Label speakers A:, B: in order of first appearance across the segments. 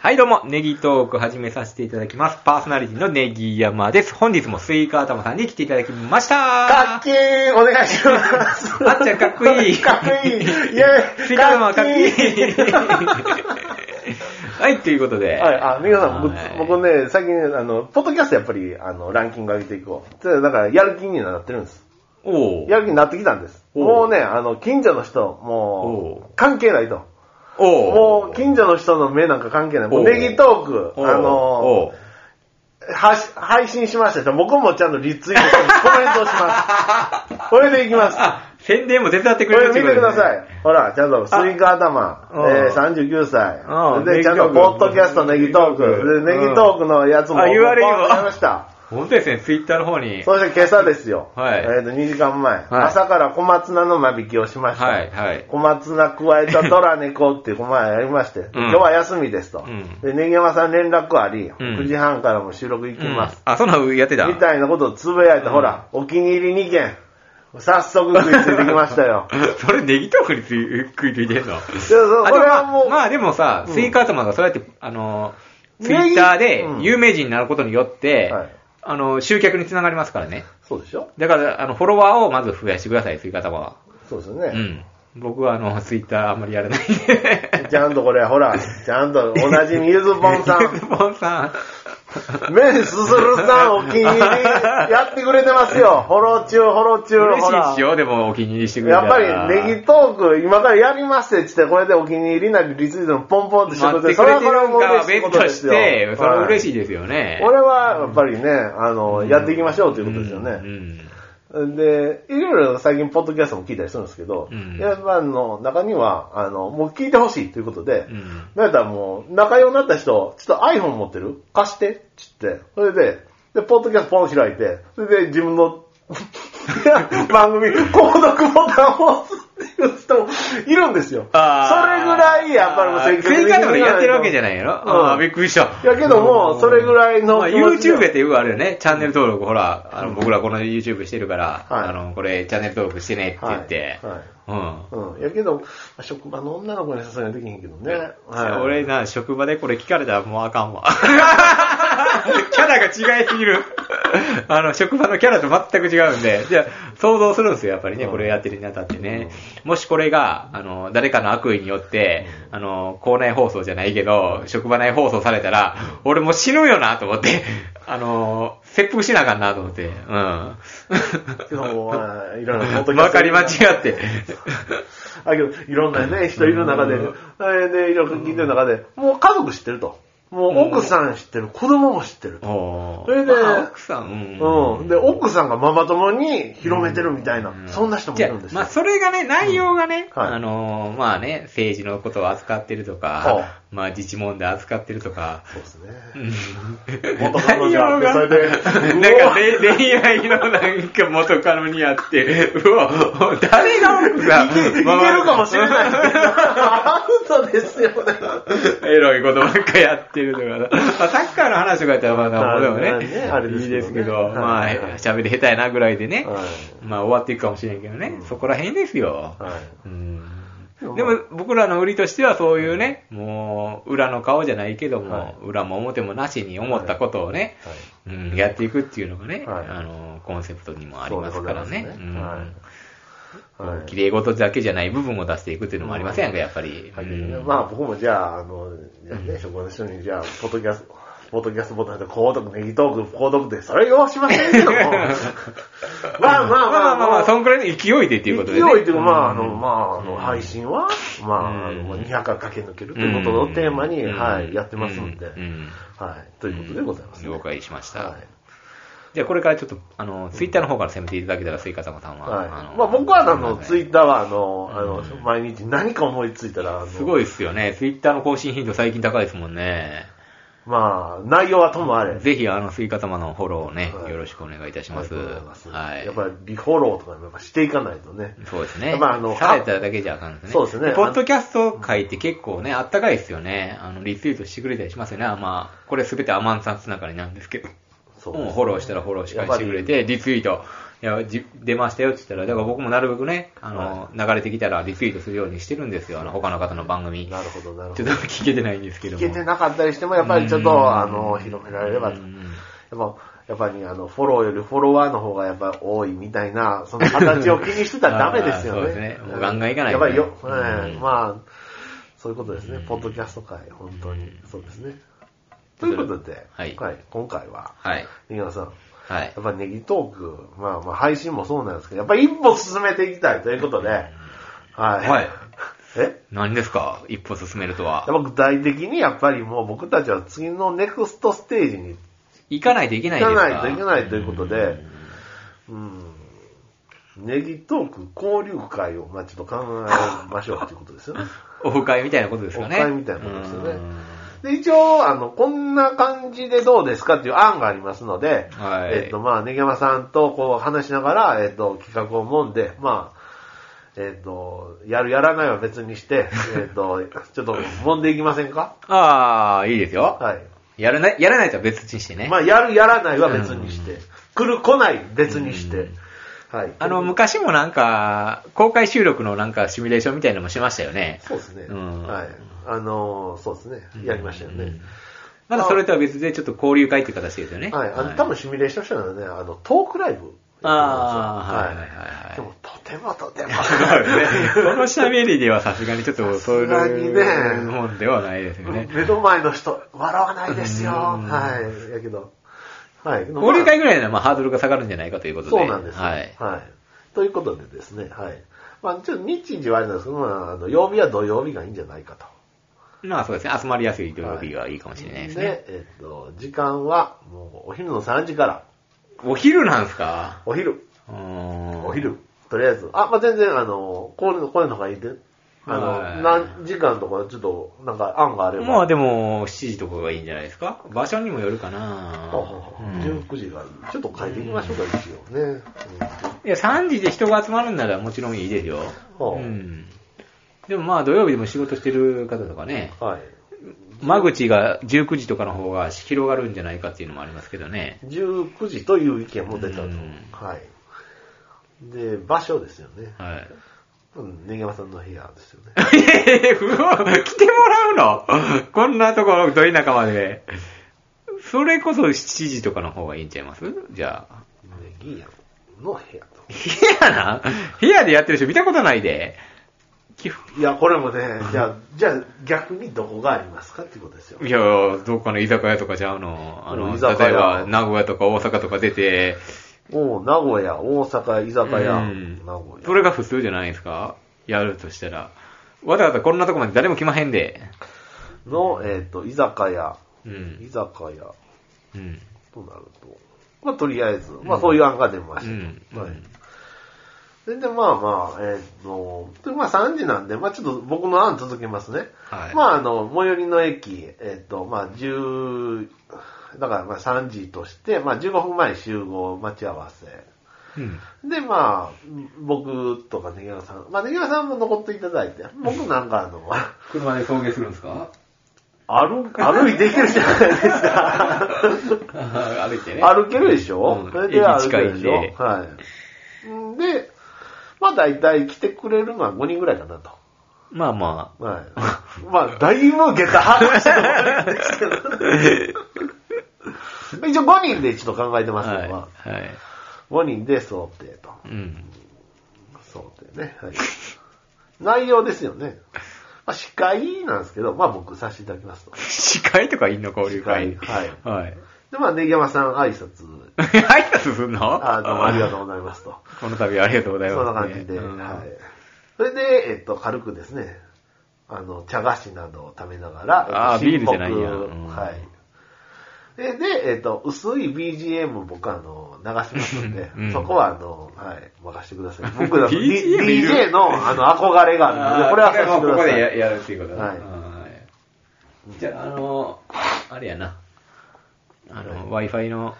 A: はい、どうも、ネギトーク始めさせていただきます。パーソナリティのネギ山です。本日もスイカ頭さんに来ていただきました
B: かっけーお願いします
A: あっちゃんかっこいい
B: かっこいいイェー
A: スイ
B: イ
A: カ頭かっこいい
B: は
A: はい、ということで。
B: い、あ、皆さん、
A: はい
B: 僕僕ね、最近ね、あの、ポッドキャストやっぱり、あの、ランキング上げていこう。でだから、やる気になってるんです。
A: おう
B: やる気になってきたんです。
A: おう
B: もうね、あの、近所の人、
A: お
B: もう、
A: う
B: 関係ないと。
A: お
B: もう、近所の人の目なんか関係ない。も
A: お
B: う、
A: う
B: ネギトーク、あの、
A: おう
B: はし配信しましたでしょ僕もちゃんとリツイートして、コメントをします。これでいきます。
A: あ、宣伝も手伝ってく
B: これ
A: れる
B: 見てください。ほら、ちゃんとスイカ頭、
A: あ
B: えー、
A: うん
B: 39
A: う
B: 歳。
A: んネ
B: で、
A: ギ
B: ち
A: ト
B: ゃん
A: ーク
B: とポッドキャストネギトー
A: う
B: ク。
A: ん
B: で、ネギトークのやつも、
A: あ URL
B: もうバーンとやりました。
A: 本当ですね、ツイッターの方に。
B: そして今朝ですよ。
A: はい
B: えっ、と、2時間前、
A: はい
B: 朝から小松菜の間引きをしました。
A: はい、はい。
B: 小松菜加えたドラ猫っていう前やりまして、今日は休みですと。
A: うん
B: で、ネギ山さん連絡あり、
A: ん
B: 9時半からも収録行きます。
A: うんあ、そんなのやってた
B: みたいなことをつぶやいて、ほら、お気に入り2件、早速食いついてきました よ。。
A: それネギトークについ食いついてんの
B: そう
A: あ
B: これは
A: で
B: もう
A: まあでもさ、スイカ頭がそうやって、あの、ツイ
B: ネギ
A: ッターで
B: うん
A: 有名人になることによって、
B: はい
A: あの、集客につながりますからね。
B: そうでしょ
A: だから、あの、フォロワーをまず増やしてください、スイカ頭は。
B: そうですよ
A: う
B: ね。
A: ん。僕は、あの、ツイッターあんまりやらないんで。
B: ちゃんとこれ、ほ ら、ちゃんとおなじみゆずぽんさ
A: ズ
B: ん、
A: ボンさん。
B: メンすするさんお気に入りやってくれてます よ。フォロー中、フォロー中、
A: 嬉し
B: ほ
A: いっ
B: ら
A: す。よ、でもお気に入りしてくれ
B: や
A: た
B: っ
A: ら。
B: ぱりネギトーク今からやりますって言って、これでお気に入りなりリツイートのポンポンってして
A: 待
B: く
A: っ
B: れて、
A: てくれてる
B: は
A: んかは別とし
B: よ
A: て、それは嬉
B: い。
A: しいですよね。
B: これはやっぱりね、あの、やっていきましょうということですよ
A: うんう
B: ね。
A: ん
B: で、いろいろ最近ポッドキャストも聞いたりするんですけど
A: うん、
B: やっぱあの中には、あの、もう聞いてほしいということで
A: う、ん
B: なんやったらもう、仲良くなった人、ちょっと iPhone 持ってる貸してっつって。それで、で、ポッドキャストポン開いて、それで自分の 番組、購読ボタンを押すっていう人もいるんですよ。それぐらい、やっぱりもう
A: 積極的
B: な
A: 方でやってるわけじゃないやろ。
B: うん
A: ああ、びっくりした。
B: やけども、それぐらいの
A: まあ、
B: 気持ちで
A: YouTube やってよくあるよね。チャンネル登録、ほら、あの僕らこの YouTube してるから、
B: はい
A: あの、これチャンネル登録してねって言って。
B: はいはい
A: うん。
B: うん。やけど、まあ職場の女の子にさすがにできへんけどね。はい
A: 俺な、職場でこれ聞かれたらもうあかんわ。 キャラが違いすぎる。あの、職場のキャラと全く違うんで、じゃあ、想像するんですよ、やっぱりね、
B: うん
A: これやってるにあたってね。もしこれが、あの、誰かの悪意によって、あの、校内放送じゃないけど、職場内放送されたら、俺もう死ぬよな、と思って、あの、切腹しなあかんな、と思って、うん。
B: けども、まあいろんなポッドキャスト
A: まかり間違って。
B: あけど、いろんなね、人いる中で、えーで、いろいろ聞いてる中で、もう家族知ってると。もう奥さん知ってる、子供も知ってると。
A: おー
B: それで
A: まあ奥さん、うん。
B: うん。で、奥さんがママ友に広めてるみたいな、そんな人もい
A: じゃ
B: るんで
A: あ
B: す
A: ま
B: よ
A: あ、。それがね、内容がね、
B: うんはい
A: あのーまあね、政治のことを扱ってるとか、まあ、自治問題扱ってるとか、
B: そうですね。元カノ
A: 内
B: にあ
A: 容
B: って
A: が、
B: そ
A: な
B: れ
A: ん
B: で
A: か、れ恋愛のなんか元カノにあって、うわ、誰が奥さん、
B: いけるかもしれ ないけど、アウトですよね。
A: エロいことばっかやってるとか、まあ、サッカーの話とかやったらまだ、まあでも
B: まあねあれ
A: ね、
B: ですけどね
A: いいですけど、
B: はい
A: まあ、喋り下手やなぐらいでね、
B: はい
A: まあ終わっていくかもしれんけどね、そこら辺ですよ。
B: はい
A: うんでも僕らの売りとしてはそういうね、もう裏の顔じゃないけども、
B: はい
A: 裏も表もなしに思ったことをね、うん、やっていくっていうのがね、
B: はい
A: あのコンセプトにもありますからね。
B: そうでございますね
A: うん
B: はいはい
A: 綺麗事だけじゃない部分を出していくっていうのもありませんか、やっぱり。うん
B: まあ僕もじゃあ、あの、じゃあね、職場の人に、じゃあ、ポッドキャスト、ポッドキャストボタンで、購読、ネギトーク、購読で、それ用しませんけ ども。まあまあ
A: まあま
B: ま
A: あ
B: あ
A: まあまあ、そんくらいの勢いでっていうことでね。
B: 勢いというか、まあ、あ
A: う
B: の、
A: ん
B: まあ、あの、配信は、まあ、あの、
A: うん
B: 200回駆け抜けるということをテーマに、
A: うん
B: はい、やってますんで、
A: うんうん
B: はい、ということでございます、ね。
A: 了解しました。
B: はい。
A: じゃあこれからちょっと、あの、ツイッターの方から攻めていただけたら、スイカ様さんは。
B: はい。まあ僕は、あの、ツイ
A: タ
B: ッターは、あの、あの、毎日何か思いついたら、あの、
A: ー。すごいですよね。ツイッターの更新頻度最近高いですもんね。
B: まあ、内容はともあれ。
A: ぜひ、あの、スイカ様のフォローをね、
B: はい
A: よろしくお願いいたし
B: あ
A: ま
B: り
A: す。
B: がとうございます。
A: はい
B: やっ。ぱり、リフォローとかもやっぱしていかないとね。
A: そうですね。
B: まああの
A: されただけじゃあかんですね。
B: そうですね
A: ポッドキャスト会って結構ね、あったかいですよね。あの、リツイートしてくれたりしますよね。あまあ、これすべてアマンさんつながりなんですけど。
B: そう
A: もうフォローしたらフォローし返してくれて、リツイート。や、じ出ましたよって言ったら、だから僕もなるべくね、あの、流れてきたらリツイートするようにしてるんですよ、あの、他の方の番組。
B: なるほど、なるほ
A: ちょ
B: ど
A: っ。と聞けてないんですけど
B: 聞
A: も。
B: けてなかったりしても、やっぱりちょっ
A: うん
B: と、あの、広められればと。
A: う
B: や
A: ん
B: っぱ、やっぱり、あの、フォローよりフォロワーの方がやっぱり多いみたいな、その形を気にしてたらダメですよ
A: あー
B: ね。
A: そうですねもうガンガンいかない
B: や
A: と
B: っぱ
A: ね
B: りよ、
A: う
B: うんん、まあ、そういうことですね。ポッドキャスト界、本当に。そうですね。ということで、
A: はい
B: 今回は、
A: はい。
B: ニガさん、
A: はい
B: や。っぱネギトーク、まあまあ配信もそうなんですけど、やっぱり一歩進めていきたいということで、はい。
A: はい。
B: え
A: 何ですか一歩進めると
B: や
A: は。
B: っぱ具体的にやっぱりもう僕たちは次のネクストステージに
A: 行かないといけな
B: 行
A: いです
B: か
A: か
B: ないといけないということで、うん、ネギトーク交流会をまあちょっと考えましょうということですよね。
A: オフ会みたいなことですかね。
B: オフ会みたいなことですよね
A: うん
B: で、一応、あの、こんな感じでどうですかっていう案がありますので、
A: はい
B: えっと、まあ、ネギマさんとこう話しながら、えっと、企画をもんで、まあ、えっと、やるやらないは別にして、えっと、ちょっと揉んでいきませんか
A: ああ、いいですよ。
B: はい。
A: やらない、やらないとは別にしてね。
B: まあ、やる、やらないは別にして。来る、来ない、別にして。はい。
A: あの、昔もなんか、公開収録のなんかシミュレーションみたいなのもしましたよね。
B: そうですね。
A: うん
B: はい。あのー、そうですね。やりましたよね。
A: まだそれとは別でちょっと交流会っていう形ですよね。
B: はい。あの、多分シミュレーションしたのはね、あの、トークライブ。は
A: あーはいはいはいはい
B: い。でも、とてもとても。
A: この喋りではさすがにちょっとそ
B: さす
A: う
B: がにね
A: いうもんではないですよね。
B: 目の前の人、笑わないですよ。
A: うん
B: はい。やけど。はい。
A: 交流会ぐらいならまあハードルが下がるんじゃないかということで。
B: そうなんです、
A: はい。
B: ということでですね、はい。まあ、ちょっと日時はあれなんですけど、まあ、あの、曜日は土曜日がいいんじゃないかと。
A: まあそうですね。集まりやすい土曜日はいいかもしれないですね。
B: で、えっと、時間は、もう、お昼の3時から。
A: お昼なんすか
B: お昼。
A: お
B: お。昼。とりあえず。あ、まあ、全然、あの、これの、これの方がいいで。あ
A: はい
B: の、何時間とか、ちょっと、なんか、案があれば。
A: まあでも、7時とかがいいんじゃないですか場所にもよるかな
B: ほうほうほう
A: うん
B: 19時がいい。ちょっと変えていきましょうか、一応ね。うん
A: いや、3時で人が集まるんならもちろんいいですよ。
B: ほう
A: うん。でもまあ土曜日でも仕事してる方とかね、
B: はい。
A: 間口が19時とかの方が広がるんじゃないかっていうのもありますけどね。
B: 19時という意見も出たと。
A: うん
B: はい。で、場所ですよね。
A: はい。
B: うん、ねげまさんの部屋ですよね。
A: いやいやいや不合来てもらうのこんなところ、ど田舎まで。それこそ7時とかの方がいいんちゃいますじゃあ。
B: ねぎやんの部屋と。
A: 部屋な部屋でやってる人見たことないで。基本
B: いや、これもね、じゃあ、じゃあ逆にどこがありますかっていうことですよ。
A: いや、どっかの居酒屋とかちゃうの。あの、
B: 居酒屋
A: 例えば名古屋とか大阪とか出て、
B: おう名古屋、大阪、居酒屋、
A: うん
B: 名古屋。
A: それが普通じゃないですかやるとしたら。わざわざこんなとこまで誰も来まへんで。
B: の、えっ、と、居酒屋、
A: う
B: 居
A: ん。
B: 酒屋
A: うん。
B: となると、まあ、とりあえず、まあ、そういう案が出ま
A: う
B: した。
A: ん。
B: はい。で、で、まあまあ、えっ、と、で、まあ3時なんで、まあちょっと僕の案続けますね。
A: はい
B: まああの、最寄りの駅、えっ、と、まあ10、だからまあ3時として、まあ15分前に集合待ち合わせ。
A: うん。
B: で、まあ、僕とかネギワさん、まあネギワさんも残っていただいて、僕なんかあの、
A: 車で送迎するんですか
B: 歩、歩いていけるじゃないですか。
A: 歩いてね。
B: 歩けるでしょ、
A: うん
B: それで歩けるでしょ
A: 駅近いんで
B: はい。んで、まあ大体来てくれるのは5人ぐらいかなと。
A: まあま
B: はい。まあ、だいぶ下駄外してもんです けど。一応5人で一度考えて
A: あ。
B: ます
A: はい。
B: のは、
A: はい。
B: 5人で想定と。
A: うん。
B: 想定ね。はい。内容ですよね。まあ、司会なんですけど、まあ僕させていただきますと。
A: 司会とかいんの交流会。
B: 司会
A: はい。
B: で、まあ、ねぎやまさん挨拶、
A: 挨拶すんの
B: あどうもありがとうございますと。
A: この度はありがとうござい
B: そんな
A: ます、
B: 感じで、
A: うん
B: はい。それで、えっと、軽くですね、あの、茶菓子などを食べながら、
A: あー
B: えっと
A: ビールじゃないや
B: 親睦
A: うん
B: はい。で、で、えっと、薄い BGM 僕あの、流しますんで
A: 、うん
B: そこはあの、はい、任せてくだ さい。僕だと D-
A: BGM いる
B: DJ のあの、憧れがあるの
A: あ
B: で、
A: ー
B: これはさせてくだ
A: ここで
B: さ
A: や
B: い。
A: やるっていうことだ
B: はい
A: はいじゃあ、あの、あれやな。あの、Wi-Fi の、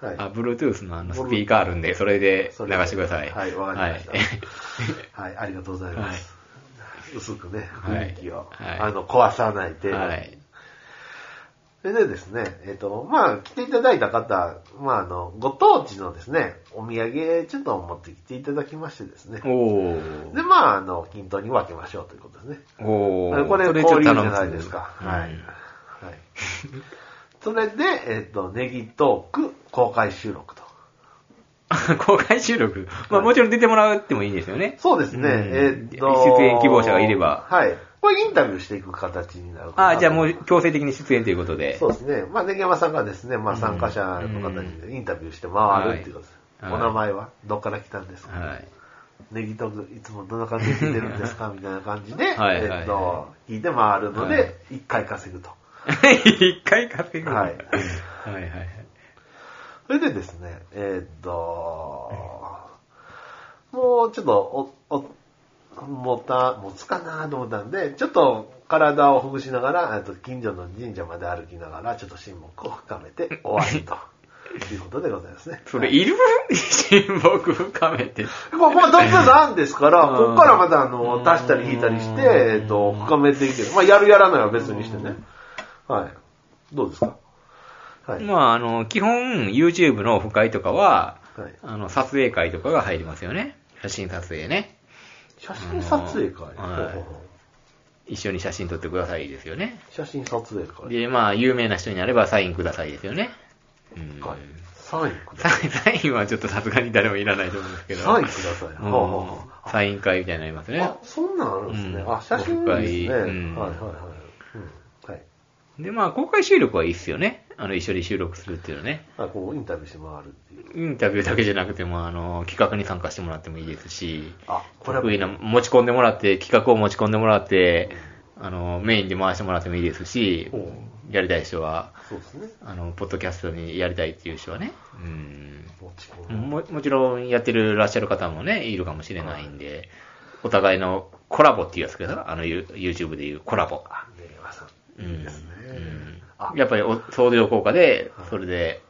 B: はい
A: あ、Bluetooth のあのスピーカーあるんで、それで流
B: それで
A: してください。
B: はいわかりました
A: は い
B: はい、ありがとうございます。薄くね、
A: はい
B: 雰囲気を、
A: はい
B: あの、壊さない程度に。
A: はい。
B: それでですね、えっ、と、まあ、来ていただいた方、まあ、あの、ご当地のですね、お土産、ちょっと持ってきていただきましてですね。
A: お
B: で、
A: ー。
B: まあ、あの、均等に分けましょうということですね。
A: おー。
B: これ、
A: そちょっと
B: 交流じゃ
A: 頼む
B: ないですか。は
A: う
B: い。
A: ん
B: はい。それで、えっ、と、ネギトーク公開収録と。
A: 公開収録。まあもちろん出てもらってもいいんですよね。
B: そうですね、
A: うん
B: えっ、と。
A: 出演希望者がいれば
B: はい。これインタビューしていく形になるかな
A: ああ、じゃあもう強制的に出演ということで。
B: そうですね。まあ、ネギ山さんがですね、まあ、
A: うん
B: 参加者の方にインタビューして回るっていうことです。
A: はい
B: お名前はどっから来たんですか、
A: はい。
B: ネギトークいつもどんな感じで聞いてるんですかみたいな感じで、
A: はいはいはい
B: えっと、聞いて回るの
A: は
B: で、一回稼ぐと。
A: 一回稼ぐ。
B: はい
A: はいはいはい。
B: それでですね、えっと、もうちょっと、お、お、持た、持つかなと思ったんで、ちょっと体をほぐしながら、えっと近所の神社まで歩きながら、ちょっと親睦を深めて終わりと。いうことでござい ますね。
A: それいる親睦深めて。
B: ここはどっかなんですから、
A: うん
B: ここからまたあの、足したり引いたりして、えっ、と、深めていける。まあ、やるやらないは別にしてね。はい。どうですかはい。
A: まああの、基本 YouTube のオフ会とかは、
B: はい、
A: あの、撮影会とかが入りますよね。写真撮影ね。
B: 写真撮影会、
A: うんはい
B: ほうほうほう
A: 一緒に写真撮ってくださいですよね。
B: 写真撮影会。
A: で、まあ有名な人になればサインくださいですよね。うん。
B: はい。サインくだ
A: サ
B: さ
A: インサインはちょっとさすがに誰もいらないと思うんですけ
B: い。
A: ど。
B: サインください。ほうほうほう
A: うんサイン会みたいになりますね
B: あ、。そんなんあるんですね。
A: うん
B: あ、写真いいですね。
A: うん
B: はいはいはい。うん、はい。
A: で、まあ、公開収録はいいっすよね。あの、一緒に収録するっていうのね。
B: あ、こう、インタビューして回るっていう。
A: インタビューだけじゃなくても、あの、企画に参加してもらってもいいですし、
B: あ、これは
A: 得意な、持ち込んでもらって、企画を持ち込んでもらって、あの、メインで回してもらってもいいですし
B: おう、
A: やりたい人は、
B: そうですね。
A: あの、ポッドキャストにやりたいっていう人はね、うん。
B: 持ち込む。
A: ももちろんやってるらっしゃる方もね、いるかもしれないんで、お互いのコラボっていうやつけど、あの、ゆ YouTube でいうコラボ。
B: あ、ねえ、わさん。
A: うん
B: いいですね。
A: う
B: あ
A: ん、やっぱりお相乗効果で、それで、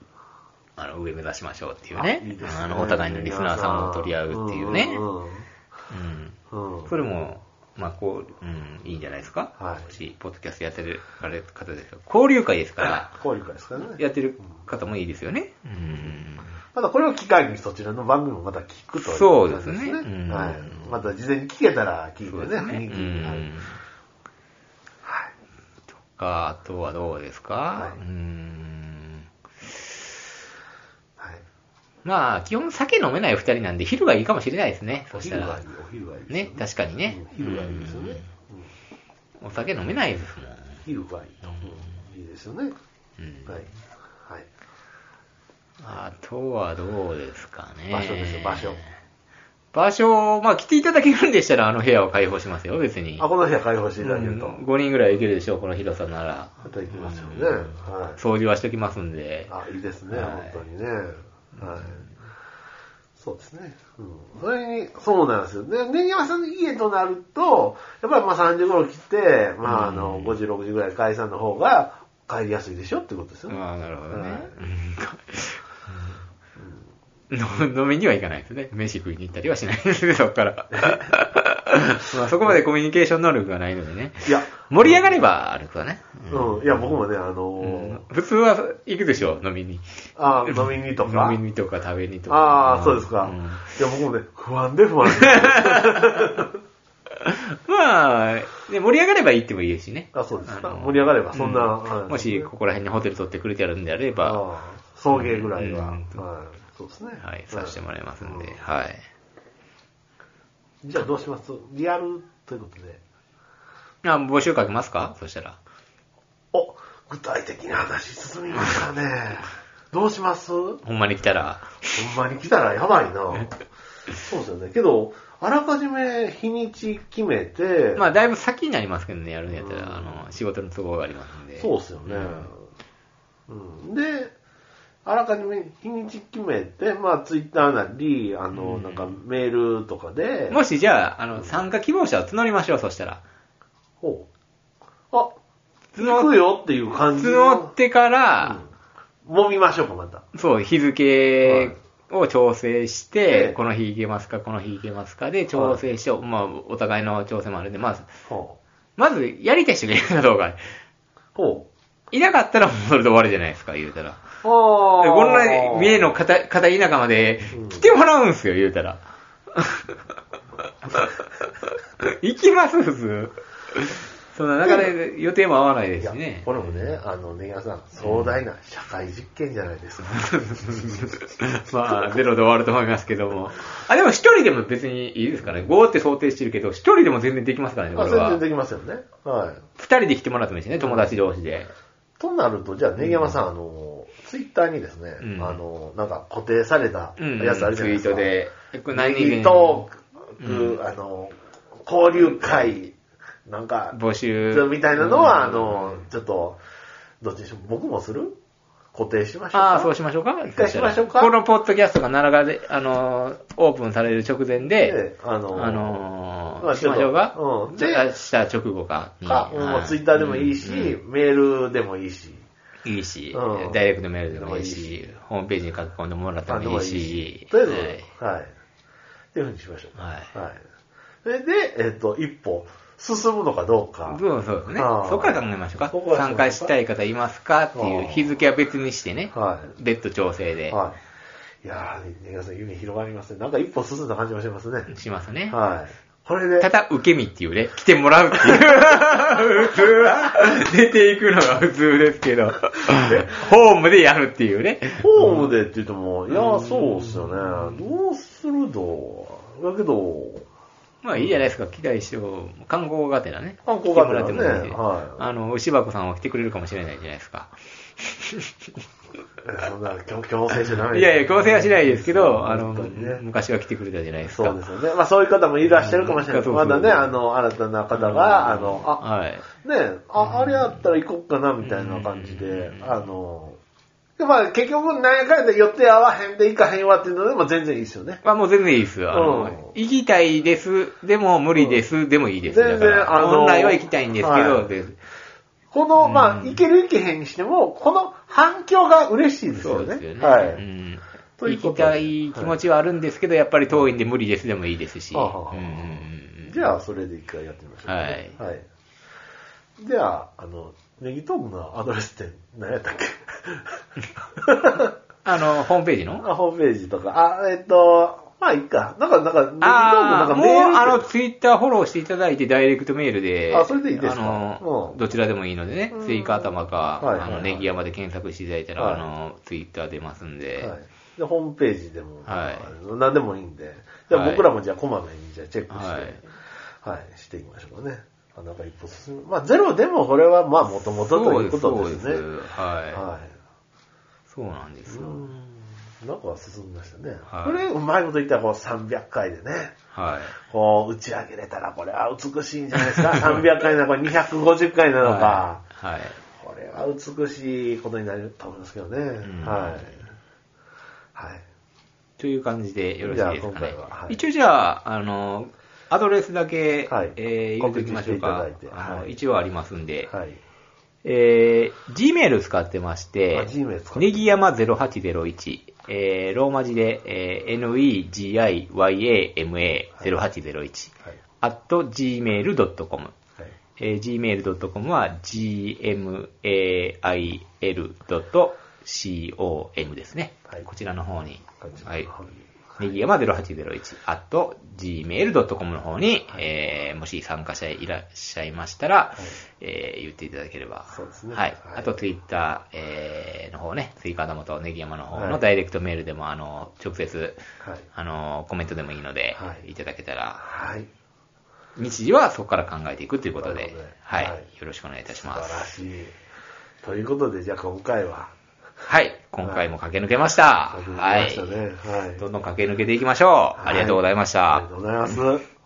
A: あの、上目指しましょうっていうね。
B: あいいですね
A: あの、お互いのリスナーさんを取り合うっていうね。う
B: ん
A: ん
B: うん
A: それも、まあ、こう、うん、いいんじゃないですか。
B: はい
A: もし、ポッドキャストやってる方ですよ。交流会ですか
B: こういうかですからね
A: ら、。やってる方もいいですよね。うん。
B: またこれを機会にそちらの番組もまた聞くという
A: そうですね
B: 感じです
A: うん
B: はい。また事前に聞けたら聞い
A: そう
B: て
A: で
B: ね、
A: すね。う
B: 雰囲気に。はい
A: ん。とか、あとはどうですか、
B: はい
A: うん。
B: はい。
A: まあ、基本酒飲めない二人なんで、昼がいいかもしれないですね。
B: お
A: そした
B: 昼が
A: ら
B: いい、。お昼がいいですよ。
A: ね、確かにね。
B: うん昼がいいですよね。うん
A: うん。お酒飲めないですもん。
B: 昼がいいと。うんいいですよね。
A: うん
B: はい。はい。
A: あとはどうですかね。
B: 場所ですよ場所。
A: 場所、まあ来ていただけるんでしたら、あの部屋を開放しますよ、別に。
B: あ、この部屋開放していただけると。
A: 5人ぐらいいけるでしょう、この広さなら。
B: また行きますよね。はい。
A: 掃除はしときますんで。
B: あ、いいですね、
A: はい
B: 本当にね。はい。そうですね。うん。それに、そうなんですよ。で、ネギワさんの家となると、やっぱりまあ3時頃来て、まああの、
A: うん
B: 5時、6時ぐらい解散の方が帰りやすいでしょってことですよね。
A: ああ、なるほどね
B: は。
A: うん の飲みには行かないですね。飯食いに行ったりはしないですね、そこ から。まあそこまでコミュニケーション能力がないのでね。
B: いや、
A: 盛り上がればあるとはね。
B: うん。いや、僕もね、あ
A: うん
B: の
A: 普通は行くでしょ、飲みに。
B: あ飲みにとか。
A: 飲みにとか食べにとか。
B: ああ、そうですか。
A: ん
B: いや、僕もね、不安で不 安で。
A: まあ、ね、盛り上がれば行ってもいいしね。
B: あ、そうですか。
A: あの
B: 盛り上がれば、そんな。
A: う
B: はい
A: もし、ここら辺にホテル取ってくれてやるんであれば、
B: ああ送迎ぐらいは。
A: うん
B: はい。そうですね。
A: はい、させてもらいますん
B: う
A: で、はい。
B: じゃあどうしますリアルということで。
A: あ、募集かけますかそしたら。
B: お、具体的な話進みましたね。どうしますほん
A: ほんまに来たら。
B: まに来たらやばいな。そうですよね。けど、あらかじめ日にち決めて、
A: まあ、だいぶ先になりますけどね、やるんやったら、
B: う
A: あ
B: ん
A: の、仕事の都合がありますんで。
B: そうですよね、うん。で、あらかじめ日にち決めて、まあツイッターなり、あの、
A: うん
B: なんかメールとかで、
A: もし、じゃあ、あの、参加希望者を募りましょう、そしたら。
B: ほうあ、
A: 募
B: 行くよっていう感じの
A: 募ってから、
B: うん揉みましょうか、また。
A: そう、日付を調整して、
B: はい
A: この日行けますか、この日行けますかで調整して、まあ、お互いの調整もあるんで、まず、
B: ほう
A: まず、やりたい人がいるかどうか。
B: ほう。
A: いなかったらもうそれで終わりじゃないですか、言うたら。
B: ああ
A: でこんな三重の片片田舎まで来てもらうんすよ、言う たら。行きます、普通。そんな、なかなか予定も合わないで
B: い
A: す
B: や
A: しね。
B: これもね、あの、ネギさん、壮大な社会実験じゃないですか。
A: まあ、ゼロで終わると思いますけども。あ、でも一人でも別にいいですからね。5って想定してるけど、一人でも全然できますからね、こ
B: あ
A: れ
B: 全然
A: は。
B: できますよね。はい。
A: 二人で来てもらってもいいしね、友達同士で。
B: となると、じゃあ、ネギ山さん、あの、ツイッターにですね、
A: うん
B: あの、なんか固定された
A: うん、
B: やつあるじゃないですか。
A: ツイートで。これ何
B: ネ
A: 人
B: ギトーク、
A: う
B: あの、交流会、なんか、
A: 募集。
B: みたいなのは、あの、ちょっと、どっちにしよう、僕もする固定しましょうか。
A: ああ、そうしましょうか。
B: 一回しましょうか
A: このポッドキャストが奈良がで、あのー、オープンされる直前で、
B: であの、
A: あのー
B: まあ
A: しましょうか。
B: ちょっとうん
A: じゃあした直後かに。
B: か、もうツイッターでもいいし、
A: うん
B: メールでもいいし、
A: うんいいし
B: う、ん
A: ダイレクトメールでもいい
B: でもい
A: し、ホームページに書き込んでもらって
B: 何で
A: もい
B: も
A: い
B: いいし
A: し。。
B: とりあえ
A: はい
B: ず、はい。っていうふうにしましょう。
A: はい
B: はい。それで、えっ、と、一歩進むのかどうか。
A: そうそうですね
B: あ。ー
A: そこから考えましょうか
B: そこ。から
A: 参加したい方いますかって
B: あ
A: い
B: ー
A: う日付は別にしてね。
B: は
A: 別途調整
B: い。
A: で
B: はい。いやー、ね、皆さん夢広がりますね。なんか一歩進んだ感じもしますね。
A: しますね。
B: はい。これで、
A: ただ受け身っていうね、来てもらうっていう。 普通は、出ていくのが普通ですけど、ホームでやるっていうね。
B: ホームでって言っても、いやー、そうっすよね。どうすると。だけど、
A: まあいいじゃないですか、来たい人、観光がてらね。
B: 観光がてらね
A: 来てもらってもいいし
B: はい
A: あの、牛箱さんは来てくれるかもしれないじゃないですか。
B: そんな強強制じゃない
A: いやいや、強制はしないですけど、あの、
B: 本当にね
A: 昔は来てくれたじゃないですか。
B: そうですよね。まあそういう方もいらっしゃるかもしれない。
A: うん
B: まだね、あの、新たな方が、あの、あ、
A: はい。
B: ねえ、あ、あれやったら行こうかな、みたいな感じで、あの、でまあ結局何回で予定合わへんで行かへんわっていうのでも全然いいですよね。
A: まあもう全然いいですよ。あの
B: うん
A: 行きたいです、でも無理です、でもいいです。
B: 全然
A: だから
B: あの
A: 本来は行きたいんですけど、
B: はい
A: です
B: この、まあ、行ける行けへんにしても、この反響が嬉しいです
A: そ
B: よ
A: う
B: ね。
A: ですよね。
B: は
A: う
B: い。
A: ん
B: というこ
A: 行き
B: とで
A: たい気持ちはあるんですけど、やっぱり遠いんで無理ですでもいいですし。
B: はあはあ
A: うんうんうん
B: じゃあ、それで一回やってみましょう、
A: はい
B: はい。じゃあ、あの、ネギトークのアドレスって何やったっけ
A: あの、ホームページの
B: あホームページとか、あ、えっと、まあいいか。なんか、なんか、ネギトークなん
A: あ
B: か
A: あ、もう、
B: メール
A: あの、ツイッターフォローしていただいて、ダイレクトメールで、
B: あそれでいいですか
A: あの
B: うん
A: どちらでもいいのでね
B: う、ん
A: スイカ頭か、
B: はいはい
A: あ
B: はい
A: の、ネギ山で検索していただいたら、
B: はい
A: あの、ツイッター出ますんで、
B: はい、でホームページでも、
A: はい
B: 何でもいいんで、じゃあ
A: はい
B: 僕らもじゃあこまめにじゃあチェックして、は
A: はいい、
B: していきましょうかね。あなんか一歩進む。まあゼロでもこれはまあもともとということですね。
A: そうですは。
B: はい
A: そうなんで
B: い。
A: す
B: う
A: よ。
B: んなんか進みましたね。
A: はい
B: これうまいこと言ったらこう300回でね、
A: はい。
B: こう打ち上げれたらこれは美しいんじゃないです か。300回なのか250回なのか。
A: はい。
B: これは美しいことになると思いますけどね。
A: ん
B: はい。はい。
A: という感じでよろしい
B: じ
A: ですか
B: ゃあ
A: ね
B: 今回は。はい
A: 一応じゃあ、あの、アドレスだけ、
B: はい
A: えー、入れておきましょうか
B: 告知してい。ただいて
A: あの
B: はい
A: 一応ありますんで。
B: はい。
A: えー、Gmail 使ってまし
B: あ
A: て、
B: Gmail 使って
A: ネギヤマ0801、えー、ローマ字で、えー、negiyama0801、
B: はい。
A: at gmail.com。
B: はい。
A: えー、gmail.com は gmail.com ですね。
B: はい
A: こちらの方に。
B: は
A: はいい。。ネギ山0801、あと gmail.com の方に、えーもし参加者いらっしゃいましたら、えー言っていただければ。
B: そうですね
A: はい
B: はい。
A: あと Twitter、えーの方ね、ツイカー玉とネギ山の方
B: はい
A: のダイレクトメールでも、あの、直接、
B: はい。
A: あの、コメントでもいいので、
B: はい
A: い、ただけたら、
B: はい。
A: 日時はそこから考えていくということ
B: なる
A: で
B: ほどね、
A: はい、
B: はい
A: よろしくお願いいたし
B: 素
A: ま
B: 晴ら
A: す。
B: しい。ということで、じゃあ今回は、
A: はい。今回も駆け抜けました。
B: 始ま
A: は
B: りま
A: い
B: し。たね。はい。
A: どんどん駆け抜けていきましょう。ありがとうございました。
B: ありがとうございます。